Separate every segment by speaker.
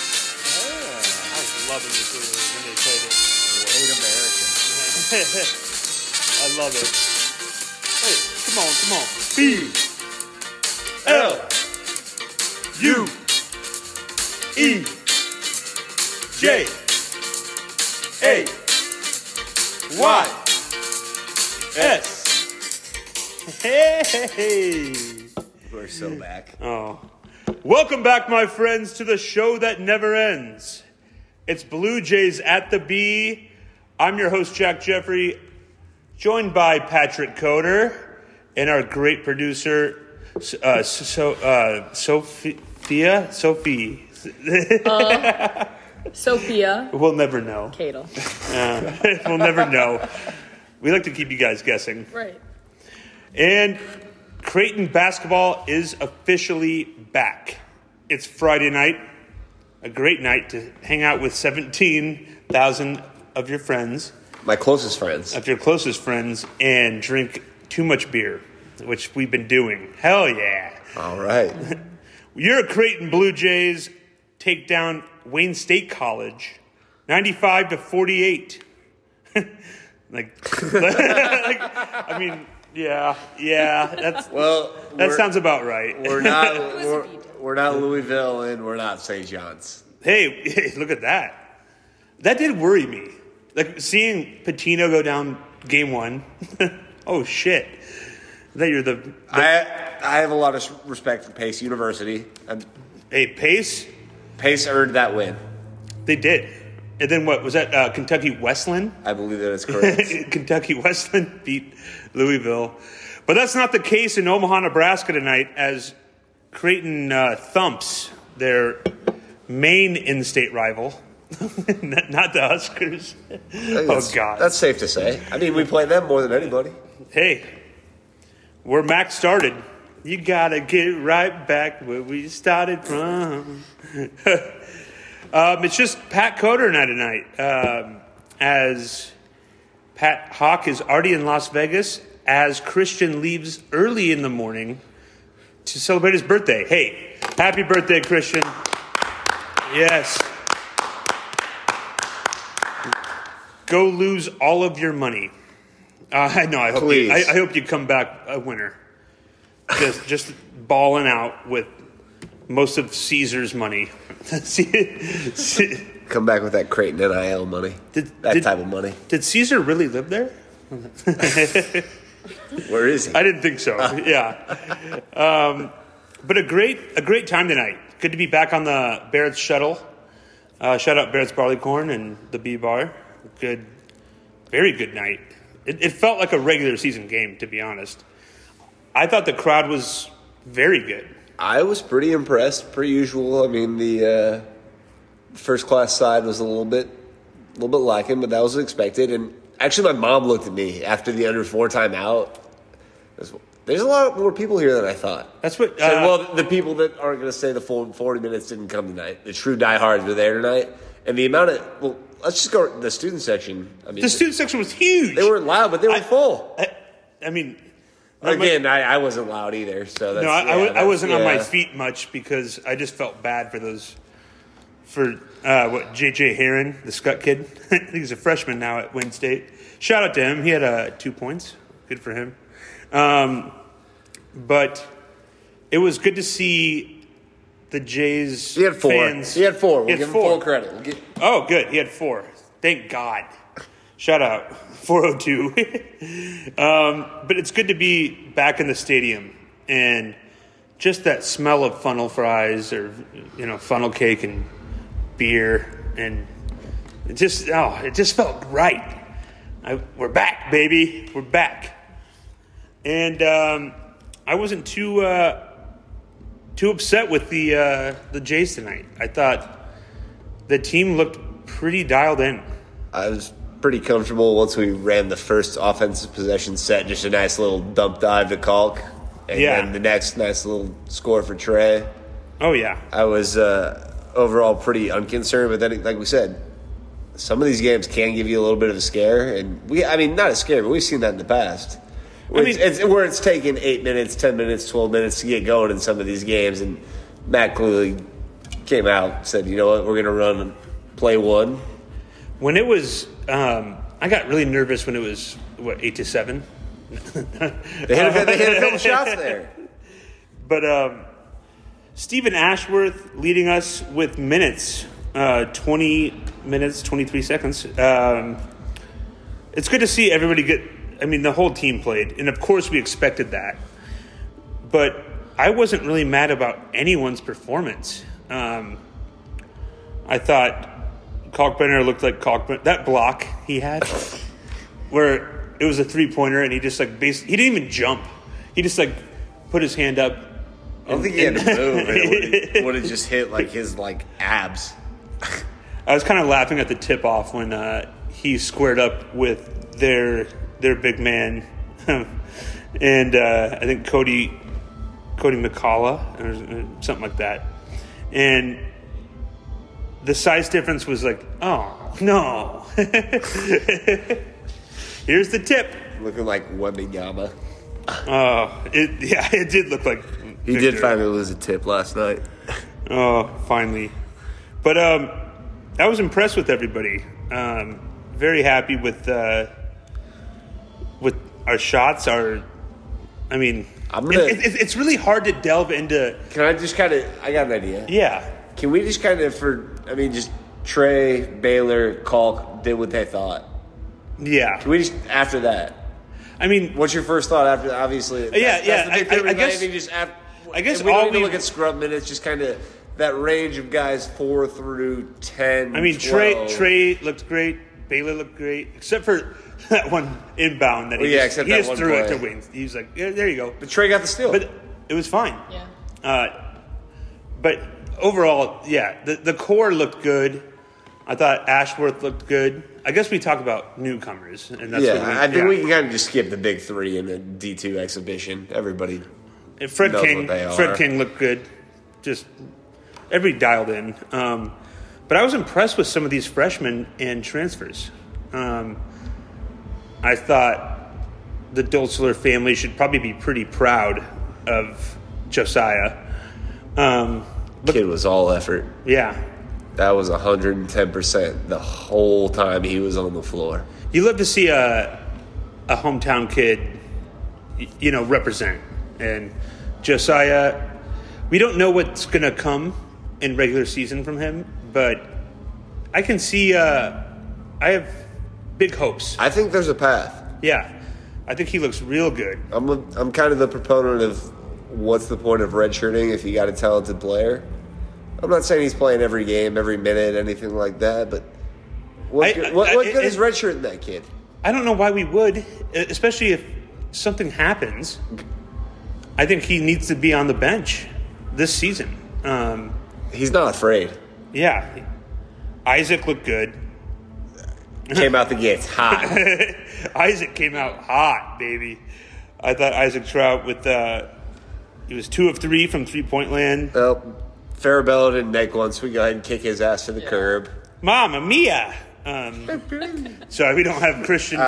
Speaker 1: I love it. Hey, come on, come on.
Speaker 2: E
Speaker 1: B L U E J A Y S. Hey.
Speaker 2: We're so back.
Speaker 1: Oh. Welcome back, my friends, to the show that never ends. It's Blue Jays at the B. I'm your host, Jack Jeffrey, joined by Patrick Coder and our great producer, uh, so, uh, Sophia? Sophie.
Speaker 3: Sophia
Speaker 1: We'll never know.
Speaker 3: Cadle.
Speaker 1: we'll never know. We like to keep you guys guessing.
Speaker 3: Right.
Speaker 1: And Creighton basketball is officially back. It's Friday night, a great night to hang out with 17,000 of your friends,
Speaker 2: My closest friends.
Speaker 1: of your closest friends, and drink too much beer, which we've been doing. Hell yeah.
Speaker 2: All right.
Speaker 1: Your Creighton Blue Jays take down Wayne State College, ninety-five to forty-eight. like, like, I mean, yeah, yeah, that's
Speaker 2: Well,
Speaker 1: that
Speaker 2: we're-
Speaker 1: sounds about right.
Speaker 2: We're not.
Speaker 3: was a
Speaker 2: We're,
Speaker 3: beat.
Speaker 2: we're not Louisville, and we're not St. John's.
Speaker 1: Hey, look at that. That did worry me. Like seeing Patino go down game one. oh shit! That you're the
Speaker 2: I I have a lot of s- respect for Pace University. And
Speaker 1: hey pace.
Speaker 2: Pace earned that win.
Speaker 1: They did. And then what was that? Uh, Kentucky Westland.
Speaker 2: I believe that is correct.
Speaker 1: Kentucky Westland beat Louisville. But that's not the case in Omaha, Nebraska tonight as Creighton uh, thumps their main in state rival, not not the Huskers. Oh,
Speaker 2: That's-
Speaker 1: God.
Speaker 2: that's safe to say. I mean, we play them more than anybody.
Speaker 1: Hey, where Mac started, you gotta get right back where we started from. um, it's just Pat Coder night tonight, um, as Pat Hawk is already in Las Vegas as Christian leaves early in the morning to celebrate his birthday. Hey, happy birthday, Christian! Yes. Go lose all of your money. Uh, I know. I hope.
Speaker 2: Please.
Speaker 1: You, I, I hope you come back a winner. Just, just balling out with most of Caesar's money. See- see-
Speaker 2: Come back with that Creighton NIL money.
Speaker 1: Did-
Speaker 2: that
Speaker 1: did-
Speaker 2: type of money.
Speaker 1: Did Caesar really live there?
Speaker 2: Where is he?
Speaker 1: I didn't think so. yeah. Um, but a great a great time tonight. Good to be back on the Barrett's shuttle. Uh, shout out Barrett's Barleycorn and the B Bar. Good, very good night. It, it felt like a regular season game, to be honest. I thought the crowd was very good.
Speaker 2: I was pretty impressed, per usual. I mean, the uh, first class side was a little bit, a little bit lacking, but that was expected. And actually, my mom looked at me after the under four timeout. There's, there's a lot more people here than I thought.
Speaker 1: That's what.
Speaker 2: Said,
Speaker 1: uh,
Speaker 2: well, the people that aren't going to stay the full forty minutes didn't come tonight. The true diehards were there tonight, and the amount of well, let's just go the student section. I mean,
Speaker 1: the student section was huge.
Speaker 2: they weren't loud, but they were full.
Speaker 1: I, I mean, not my-
Speaker 2: Again, I, I wasn't loud either, so that's,
Speaker 1: No, I, I
Speaker 2: yeah,
Speaker 1: wa- I
Speaker 2: that's-
Speaker 1: wasn't on my
Speaker 2: yeah.
Speaker 1: feet much because I just felt bad for those. For uh, what JJ Heron, the Scut kid, I think he's a freshman now at Wayne State. Shout out to him. He had uh, two points. Good for him. Um, but it was good to see the Jays.
Speaker 2: He had four.
Speaker 1: Fans.
Speaker 2: He had four. We'll
Speaker 1: He had
Speaker 2: give him
Speaker 1: four.
Speaker 2: full credit. We'll get-
Speaker 1: Oh, good. He had four. Thank God. Shout out 402. um, but it's good to be back in the stadium and just that smell of funnel fries or you know funnel cake and beer and it just oh it just felt right. I, we're back, baby. We're back. And um, I wasn't too uh, too upset with the uh, the Jays tonight. I thought the team looked pretty dialed in.
Speaker 2: I was pretty comfortable once we ran the first offensive possession set, just a nice little dump dive to Kalk. And
Speaker 1: Yeah.
Speaker 2: then the next nice little score for Trey.
Speaker 1: Oh yeah,
Speaker 2: I was uh, overall pretty unconcerned, but then, like we said, some of these games can give you a little bit of a scare. And we, I mean, not a scare, but we've seen that in the past. Where,
Speaker 1: I mean-
Speaker 2: it's, it's, where it's taken eight minutes, 10 minutes, 12 minutes to get going in some of these games. And Matt Cooley came out said, you know what, we're going to run play one.
Speaker 1: when it was um, I got really nervous when it was what eight to seven.
Speaker 2: They hit, a, they hit a couple shots there.
Speaker 1: But um, Stephen Ashworth leading us with minutes, uh, 20 minutes, 23 seconds. Um, it's good to see everybody get, I mean, the whole team played. And of course, we expected that. But I wasn't really mad about anyone's performance. Um, I thought Kalkbrenner looked like Kalkbrenner. That block he had, where it was a three pointer, and he just like bas he didn't even jump. He just like put his hand up.
Speaker 3: I don't think he had to move. It would have just hit like his like abs.
Speaker 1: I was kind of laughing at the tip off when uh, he squared up with their their big man, and uh, I think Cody Cody McCalla or something like that, and the size difference was like, oh no, here's the tip.
Speaker 2: Looking like Wembanyama.
Speaker 1: Oh, it yeah, it did look like
Speaker 2: He did
Speaker 1: Victor.
Speaker 2: finally lose a tip last night.
Speaker 1: Oh, finally. But um, I was impressed with everybody. Um, very happy with uh, with our shots. Our, I mean,
Speaker 2: I'm gonna-
Speaker 1: it, it, it's really hard to delve into.
Speaker 2: Can I just kind of? I got an idea.
Speaker 1: Yeah,
Speaker 2: Can we just kind of for? I mean, just Trey Baylor Kalk did what they thought.
Speaker 1: yeah.
Speaker 2: Can we just after that?
Speaker 1: I mean,
Speaker 2: What's your first thought after? Obviously, that's,
Speaker 1: Yeah, yeah,
Speaker 2: That's the big
Speaker 1: I-
Speaker 2: thing
Speaker 1: I- I
Speaker 2: with
Speaker 1: guess-
Speaker 2: Miami, just after,
Speaker 1: I guess
Speaker 2: and we
Speaker 1: all
Speaker 2: don't need to
Speaker 1: we-
Speaker 2: look at scrub minutes. Just kind of that range of guys four through ten.
Speaker 1: I mean, Trey
Speaker 2: 12.
Speaker 1: Trey looked great. Baylor looked great, except for that one inbound that he
Speaker 2: Well, yeah,
Speaker 1: just,
Speaker 2: except
Speaker 1: he
Speaker 2: that
Speaker 1: just
Speaker 2: one
Speaker 1: threw it
Speaker 2: play.
Speaker 1: to Wings. He was like, yeah, "There you go."
Speaker 2: But Trey got the steal.
Speaker 1: But it was fine.
Speaker 4: Yeah.
Speaker 1: Uh, but overall, yeah, the, the core looked good. I thought Ashworth looked good. I guess we talk about newcomers, and that's what we,
Speaker 2: yeah, I think
Speaker 1: yeah.
Speaker 2: we can kind of just skip the big three in the D two exhibition. Everybody,
Speaker 1: And Fred
Speaker 2: knows
Speaker 1: King,
Speaker 2: what they are.
Speaker 1: Fred King looked good. Just every dialed in. Um, but I was impressed with some of these freshmen and transfers. Um, I thought the Dulciler family should probably be pretty proud of Josiah. Um,
Speaker 2: kid was all effort.
Speaker 1: yeah,
Speaker 2: That was hundred and ten percent the whole time he was on the floor.
Speaker 1: You love to see a a hometown kid, y- you know, represent. And Josiah, we don't know what's going to come in regular season from him, but I can see. Uh, I have big hopes.
Speaker 2: I think there's a path.
Speaker 1: Yeah, I think he looks real good.
Speaker 2: I'm a, I'm kind of the proponent of what's the point of redshirting if you got a talented player. I'm not saying he's playing every game, every minute, anything like that, but what
Speaker 1: I-
Speaker 2: good, what,
Speaker 1: I-
Speaker 2: what
Speaker 1: I-
Speaker 2: good
Speaker 1: it-
Speaker 2: is redshirting that kid?
Speaker 1: I don't know why we would, e, especially if something happens. I think he needs to be on the bench this season. Um,
Speaker 2: He's not afraid.
Speaker 1: yeah, Isaac looked good.
Speaker 2: Came out the gates hot.
Speaker 1: Isaac came out hot, baby. I thought Isaac Trout with uh, he was two of three from three point land.
Speaker 2: well, Farabella didn't make one, so we go ahead and kick his ass to the curb.
Speaker 1: Mama mia. Um, sorry, we don't have Christian.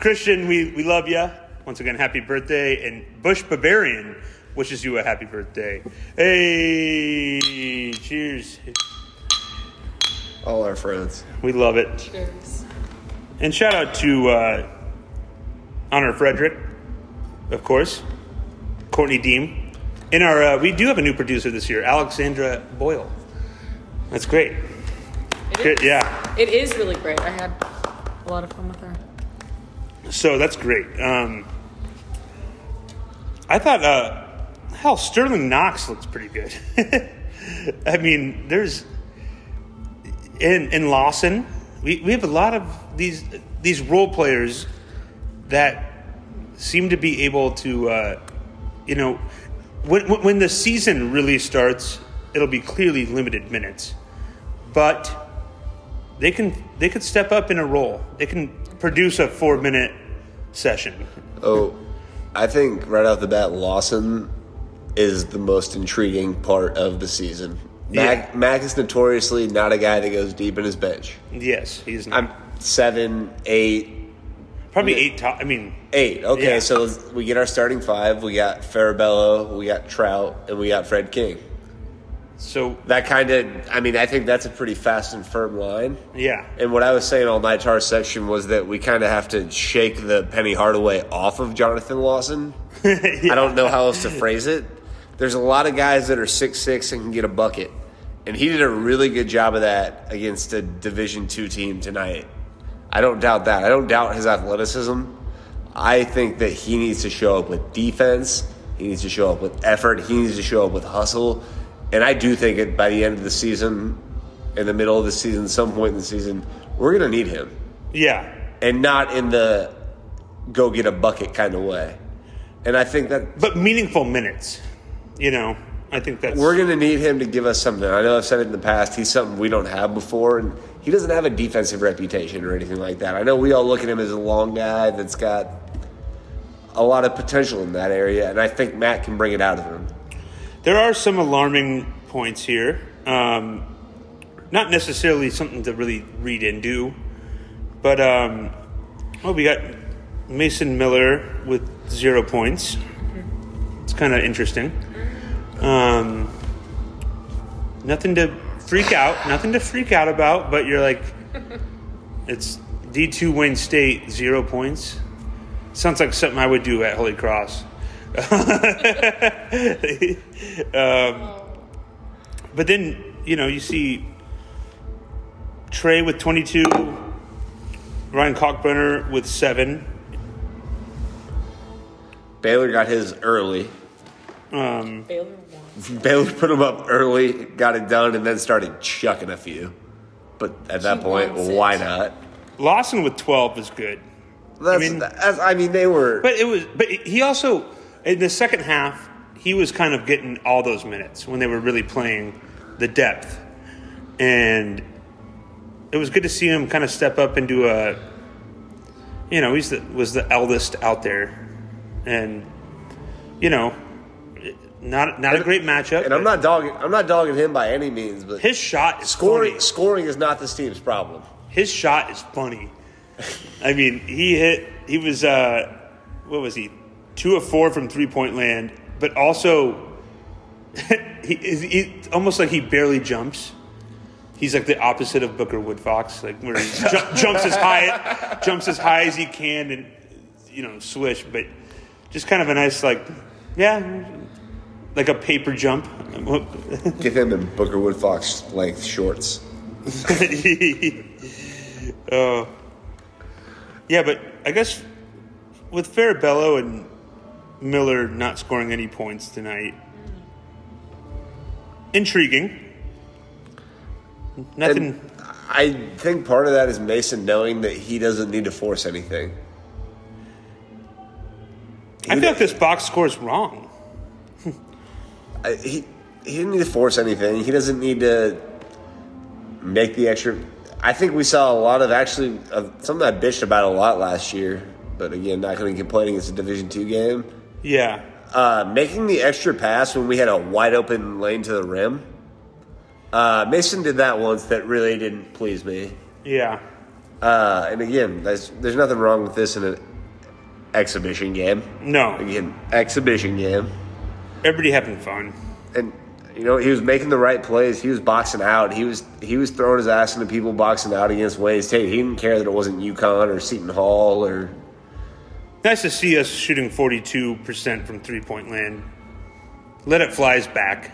Speaker 1: Christian, we, we love you once again. Happy birthday and Bush Bavarian wishes you a happy birthday. Hey, cheers.
Speaker 2: All our friends.
Speaker 1: We love it.
Speaker 4: Cheers.
Speaker 1: And shout out to uh, Honor Frederick, of course, Courtney Deem. In our, uh, we do have a new producer this year, Alexandra Boyle. That's great.
Speaker 4: It is-
Speaker 1: Good, yeah.
Speaker 4: It is really great. I had a lot of fun with her.
Speaker 1: So that's great. Um, I thought, uh, hell, Sterling Knox looks pretty good. I mean, there's in in Lawson, we, we have a lot of these these role players that seem to be able to, uh, you know, when when when the season really starts, it'll be clearly limited minutes, but they can they could step up in a role. They can produce a four minute session.
Speaker 2: Oh, I think right off the bat, Lawson is the most intriguing part of the season. Mac, Mac is notoriously not a guy that goes deep in his bench.
Speaker 1: Yes, he's
Speaker 2: I'm seven, eight,
Speaker 1: probably eight. To- I mean,
Speaker 2: Eight. Okay,
Speaker 1: Yeah.
Speaker 2: so we get our starting five. We got Farabello, we got Trout, and we got Fred King.
Speaker 1: So
Speaker 2: That kind of, I mean, I think that's a pretty fast and firm line.
Speaker 1: yeah,
Speaker 2: And what I was saying all night to our section was that we kind of have to shake the Penny Hardaway off of Jonathan Lawson. I don't know how else to phrase it. There's a lot of guys that are six six and can get a bucket, and he did a really good job of that against a Division two team tonight. I don't doubt that. I don't doubt his athleticism. I think that he needs to show up with defense. He needs to show up with effort. He needs to show up with hustle. And I do think that by the end of the season, in the middle of the season, some point in the season, we're going to need him,
Speaker 1: yeah,
Speaker 2: and not in the go get a bucket kind of way. And I think that
Speaker 1: but meaningful minutes. You know, I think that's
Speaker 2: We're going to need him to give us something. I know I've said it in the past. He's something we don't have before, and he doesn't have a defensive reputation or anything like that. I know we all look at him as a long guy that's got a lot of potential in that area, and I think Matt can bring it out of him.
Speaker 1: There are some alarming points here. Um, not necessarily something to really read into, but um, well, we got Mason Miller with zero points. It's kind of interesting. Um, nothing to freak out. Nothing to freak out about. But you're like, it's D two Wayne State zero points. Sounds like something I would do at Holy Cross. But then, you know, you see Trey with 22, Ryan Cockburner with seven.
Speaker 2: Baylor got his early.
Speaker 1: um,
Speaker 4: Baylor won.
Speaker 2: Baylor put him up early, got it done, and then started chucking a few. But at that
Speaker 4: He
Speaker 2: point,
Speaker 4: wants
Speaker 2: why
Speaker 4: it.
Speaker 2: not?
Speaker 1: Lawson with 12 is good.
Speaker 2: That's, I
Speaker 1: mean-
Speaker 2: mean, that's, I mean they were.
Speaker 1: But it was, but he also, in the second half, he was kind of getting all those minutes when they were really playing the depth. And it was good to see him kind of step up into a, you know, he's the, was the eldest out there. And, you know, not, not a great matchup.
Speaker 2: and I'm
Speaker 1: but-
Speaker 2: not dogging. I'm not dogging him by any means, but
Speaker 1: His shot is
Speaker 2: scoring
Speaker 1: funny.
Speaker 2: scoring is not this team's problem.
Speaker 1: His shot is funny. I mean, he hit. He was uh, what was he? Two of four from three point land, but also he, is he almost like he barely jumps. He's like the opposite of Booker Woodfox, like where he ju- jumps as high, jumps as high as he can, and you know, swish. But just kind of a nice, like, yeah, like a paper jump.
Speaker 2: Get him in Booker Woodfox length shorts.
Speaker 1: Oh. yeah, but I guess with Farabello and Miller not scoring any points tonight, intriguing. Nothing.
Speaker 2: And I think part of that is Mason knowing that he doesn't need to force anything.
Speaker 1: I feel like this box score is wrong.
Speaker 2: I, he he didn't need to force anything. He doesn't need to make the extra. I think we saw a lot of actually uh, something I bitched about a lot last year. But again, not going to complain. It's a Division two game.
Speaker 1: Yeah,
Speaker 2: uh, making the extra pass when we had a wide open lane to the rim. Uh, Mason did that once that really didn't please me.
Speaker 1: yeah,
Speaker 2: Uh, and again, there's, there's nothing wrong with this in an exhibition game.
Speaker 1: no.
Speaker 2: Again, exhibition game.
Speaker 1: Everybody having fun.
Speaker 2: And you know, he was making the right plays. He was boxing out. He was he was throwing his ass into people boxing out against Wayne State. He didn't care that it wasn't UConn or Seton Hall or
Speaker 1: Nice to see us shooting forty-two percent from three-point land. Let it flies back,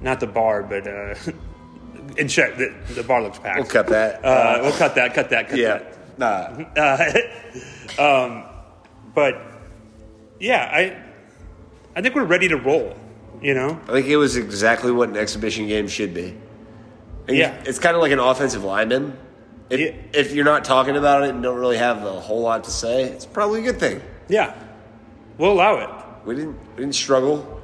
Speaker 1: not the bar, but uh, in check. The, the bar looks packed.
Speaker 2: we'll cut that.
Speaker 1: Uh, we'll cut that. Cut that. Cut
Speaker 2: yeah.
Speaker 1: that.
Speaker 2: Nah.
Speaker 1: Uh, um, But yeah, I I think we're ready to roll. You know,
Speaker 2: I think it was exactly what an exhibition game should be. And
Speaker 1: Yeah.
Speaker 2: It's kind of like an offensive lineman. If,
Speaker 1: Yeah.
Speaker 2: if you're not talking about it and don't really have a whole lot to say, it's probably a good thing.
Speaker 1: yeah, we'll allow it.
Speaker 2: We didn't we didn't struggle.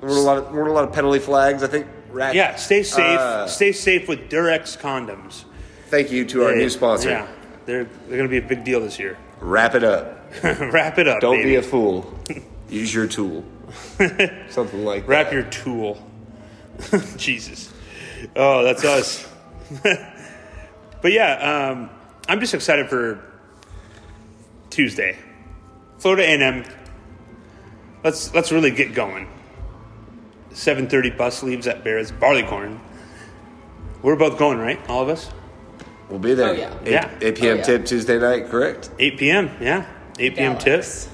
Speaker 2: There weren't a lot of, there weren't a lot of penalty flags. I think. Rack,
Speaker 1: Yeah, stay safe.
Speaker 2: Uh,
Speaker 1: stay safe with Durex condoms.
Speaker 2: thank you to our
Speaker 1: Hey,
Speaker 2: new sponsor.
Speaker 1: Yeah, they're they're gonna be a big deal this year.
Speaker 2: Wrap it up.
Speaker 1: Wrap it up.
Speaker 2: Don't
Speaker 1: baby.
Speaker 2: be a fool. Use your tool. Something like
Speaker 1: Wrap
Speaker 2: that.
Speaker 1: your tool. Jesus. Oh, that's us. but yeah, um, I'm just excited for Tuesday. Florida A&M. Let's let's really get going. 7.30 bus leaves at Barrett's Barleycorn. We're both going, right? All of us?
Speaker 2: We'll be there.
Speaker 4: Oh, yeah.
Speaker 2: 8,
Speaker 1: Yeah.
Speaker 2: 8 p.m.
Speaker 4: Oh, yeah.
Speaker 2: tip Tuesday night, correct?
Speaker 1: 8 p.m., yeah. 8 p.m. tips.
Speaker 4: Dallas.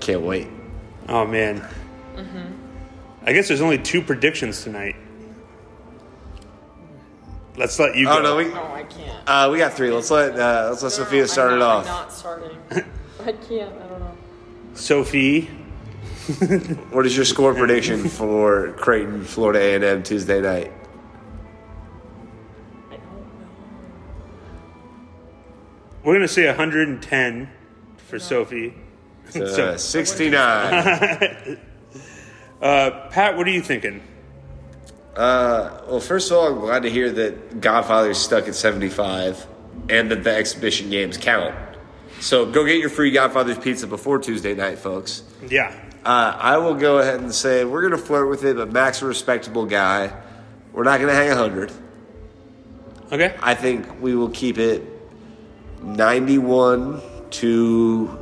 Speaker 2: Can't wait.
Speaker 1: Oh, man. I guess there's only two predictions tonight. Let's let you go.
Speaker 2: Oh no, we
Speaker 4: Oh, I can't.
Speaker 2: uh, we got three. Let's let uh, let's let Sophia start
Speaker 4: I'm
Speaker 2: it
Speaker 4: not,
Speaker 2: off.
Speaker 4: I'm not starting. I can't. I don't know.
Speaker 1: Sophie,
Speaker 2: What is your score prediction for Creighton, Florida A and M Tuesday night?
Speaker 4: I don't know.
Speaker 1: we're going to say 110 for Sophie.
Speaker 2: Uh,
Speaker 1: So-
Speaker 2: Sixty nine.
Speaker 1: Uh, Pat, what are you thinking?
Speaker 2: Uh, well, first of all, I'm glad to hear that Godfather's stuck at seventy five, and that the exhibition games count. So go get your free Godfather's pizza before Tuesday night, folks.
Speaker 1: Yeah.
Speaker 2: Uh, I will go ahead and say we're going to flirt with it, but Mac's a respectable guy. We're not going to hang 100.
Speaker 1: Okay.
Speaker 2: I think we will keep it 91 to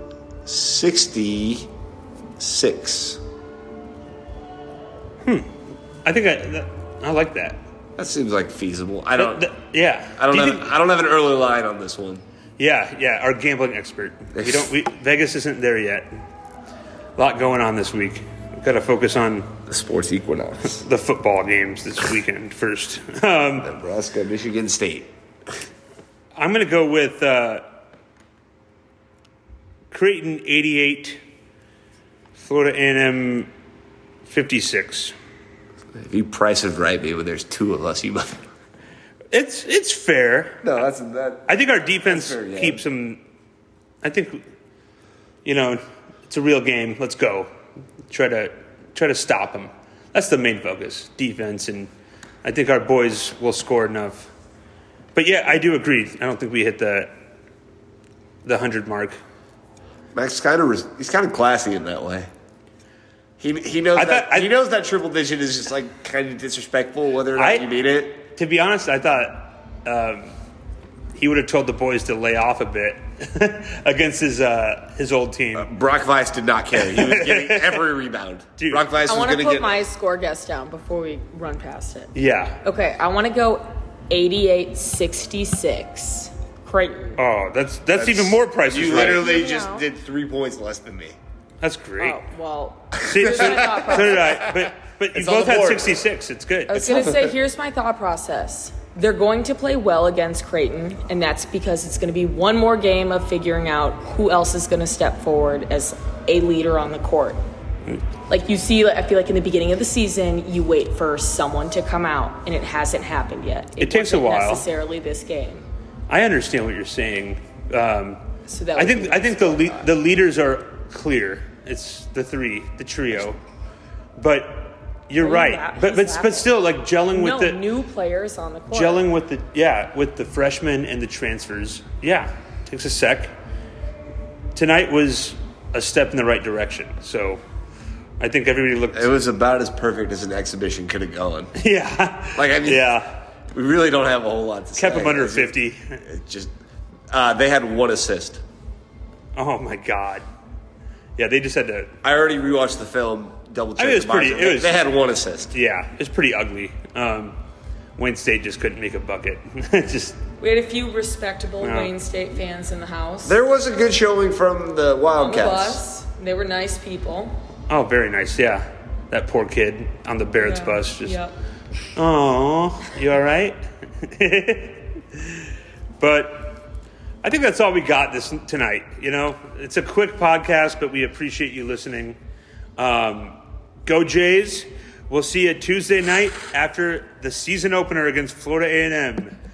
Speaker 2: 66.
Speaker 1: I think I, that, I like that.
Speaker 2: That seems like feasible. I don't.
Speaker 1: Th- yeah.
Speaker 2: I don't
Speaker 1: Do you
Speaker 2: have.
Speaker 1: think-
Speaker 2: I don't have an early line on this one.
Speaker 1: yeah, yeah. Our gambling expert. We don't. We, Vegas isn't there yet. A lot going on this week. We've got to focus on
Speaker 2: The sports equinox.
Speaker 1: the football games this weekend first. Um,
Speaker 2: Nebraska, Michigan State.
Speaker 1: I'm going to go with uh, Creighton 88, Florida A&M 56.
Speaker 2: If you price it right, maybe there's two of us. You mother.
Speaker 1: It's it's fair.
Speaker 2: No, that's that.
Speaker 1: I think our defense
Speaker 2: That's fair, yeah.
Speaker 1: keeps them. I think, you know, it's a real game. Let's go. Try to try to stop them. That's the main focus, defense, and I think our boys will score enough. But yeah, I do agree. I don't think we hit the the hundred mark.
Speaker 2: Max kind of he's kind of classy in that way. He he knows
Speaker 1: I
Speaker 2: that
Speaker 1: thought- I-
Speaker 2: he knows that triple digit is just like kind of disrespectful, whether or not
Speaker 1: I-
Speaker 2: you mean it.
Speaker 1: To be honest, I thought um, he would have told the boys to lay off a bit against his uh, his old team.
Speaker 2: Brock Weiss did not care. He was getting every rebound.
Speaker 1: Dude.
Speaker 2: Brock Weiss
Speaker 4: I
Speaker 2: was
Speaker 4: want
Speaker 2: going
Speaker 4: to
Speaker 2: to
Speaker 4: put
Speaker 2: get.
Speaker 4: my score guess down before we run past it.
Speaker 1: yeah.
Speaker 4: Okay, I want to go 88-66. Creighton.
Speaker 1: Oh, that's that's, even more price.
Speaker 2: You
Speaker 1: is Right.
Speaker 2: literally
Speaker 4: No.
Speaker 2: just did three points less than me.
Speaker 1: That's great.
Speaker 4: Oh, well,
Speaker 1: See, so,
Speaker 4: here's my thought
Speaker 1: so
Speaker 4: process.
Speaker 1: did I. But but you
Speaker 3: on
Speaker 1: both
Speaker 3: the
Speaker 1: had
Speaker 3: board.
Speaker 1: 66. It's good.
Speaker 4: I was going to say, here's my thought process. They're going to play well against Creighton, and that's because it's going to be one more game of figuring out who else is going to step forward as a leader on the court.
Speaker 1: Hmm.
Speaker 4: Like you see, like, I feel like in the beginning of the season, you wait for someone to come out, and it hasn't happened yet.
Speaker 1: It takes a
Speaker 4: wasn't
Speaker 1: while.
Speaker 4: Necessarily this game.
Speaker 1: I understand what you're saying. Um,
Speaker 4: So that
Speaker 1: I
Speaker 4: would
Speaker 1: think
Speaker 4: be
Speaker 1: I think the le- the leaders are clear. It's the three, the trio. But you're
Speaker 4: Are you
Speaker 1: right.
Speaker 4: laugh-
Speaker 1: but
Speaker 4: he's
Speaker 1: but
Speaker 4: laughing.
Speaker 1: but still, like gelling with
Speaker 4: no
Speaker 1: the
Speaker 4: new players on the court.
Speaker 1: gelling with the yeah with the freshmen and the transfers. Yeah, takes a sec. Tonight was a step in the right direction. So I think everybody looked.
Speaker 2: It was about as perfect as an exhibition could have gone.
Speaker 1: yeah.
Speaker 2: Like, I mean-
Speaker 1: yeah.
Speaker 2: We really don't have a whole lot to say.
Speaker 1: Kept them under
Speaker 2: It's-
Speaker 1: 50.
Speaker 2: it Just uh, they had one assist.
Speaker 1: Oh my god. Yeah, they just had to.
Speaker 2: I already rewatched the film. Double check.
Speaker 1: I mean, it was
Speaker 2: the box.
Speaker 1: pretty- it was-
Speaker 2: they had one assist.
Speaker 1: Yeah, it's pretty ugly. Um, Wayne State just couldn't make a bucket. just
Speaker 4: we had a few respectable
Speaker 1: Yeah.
Speaker 4: Wayne State fans in the house.
Speaker 2: There was a good showing from the
Speaker 4: on the
Speaker 2: Wildcats.
Speaker 4: bus. They were nice people.
Speaker 1: oh, very nice. Yeah, that poor kid on the Barrett's bus. Just
Speaker 4: Yep.
Speaker 1: oh, you all right? but I think that's all we got this tonight. You know, it's a quick podcast, but we appreciate you listening. Um, go Jays! We'll see you Tuesday night after the season opener against Florida A and M.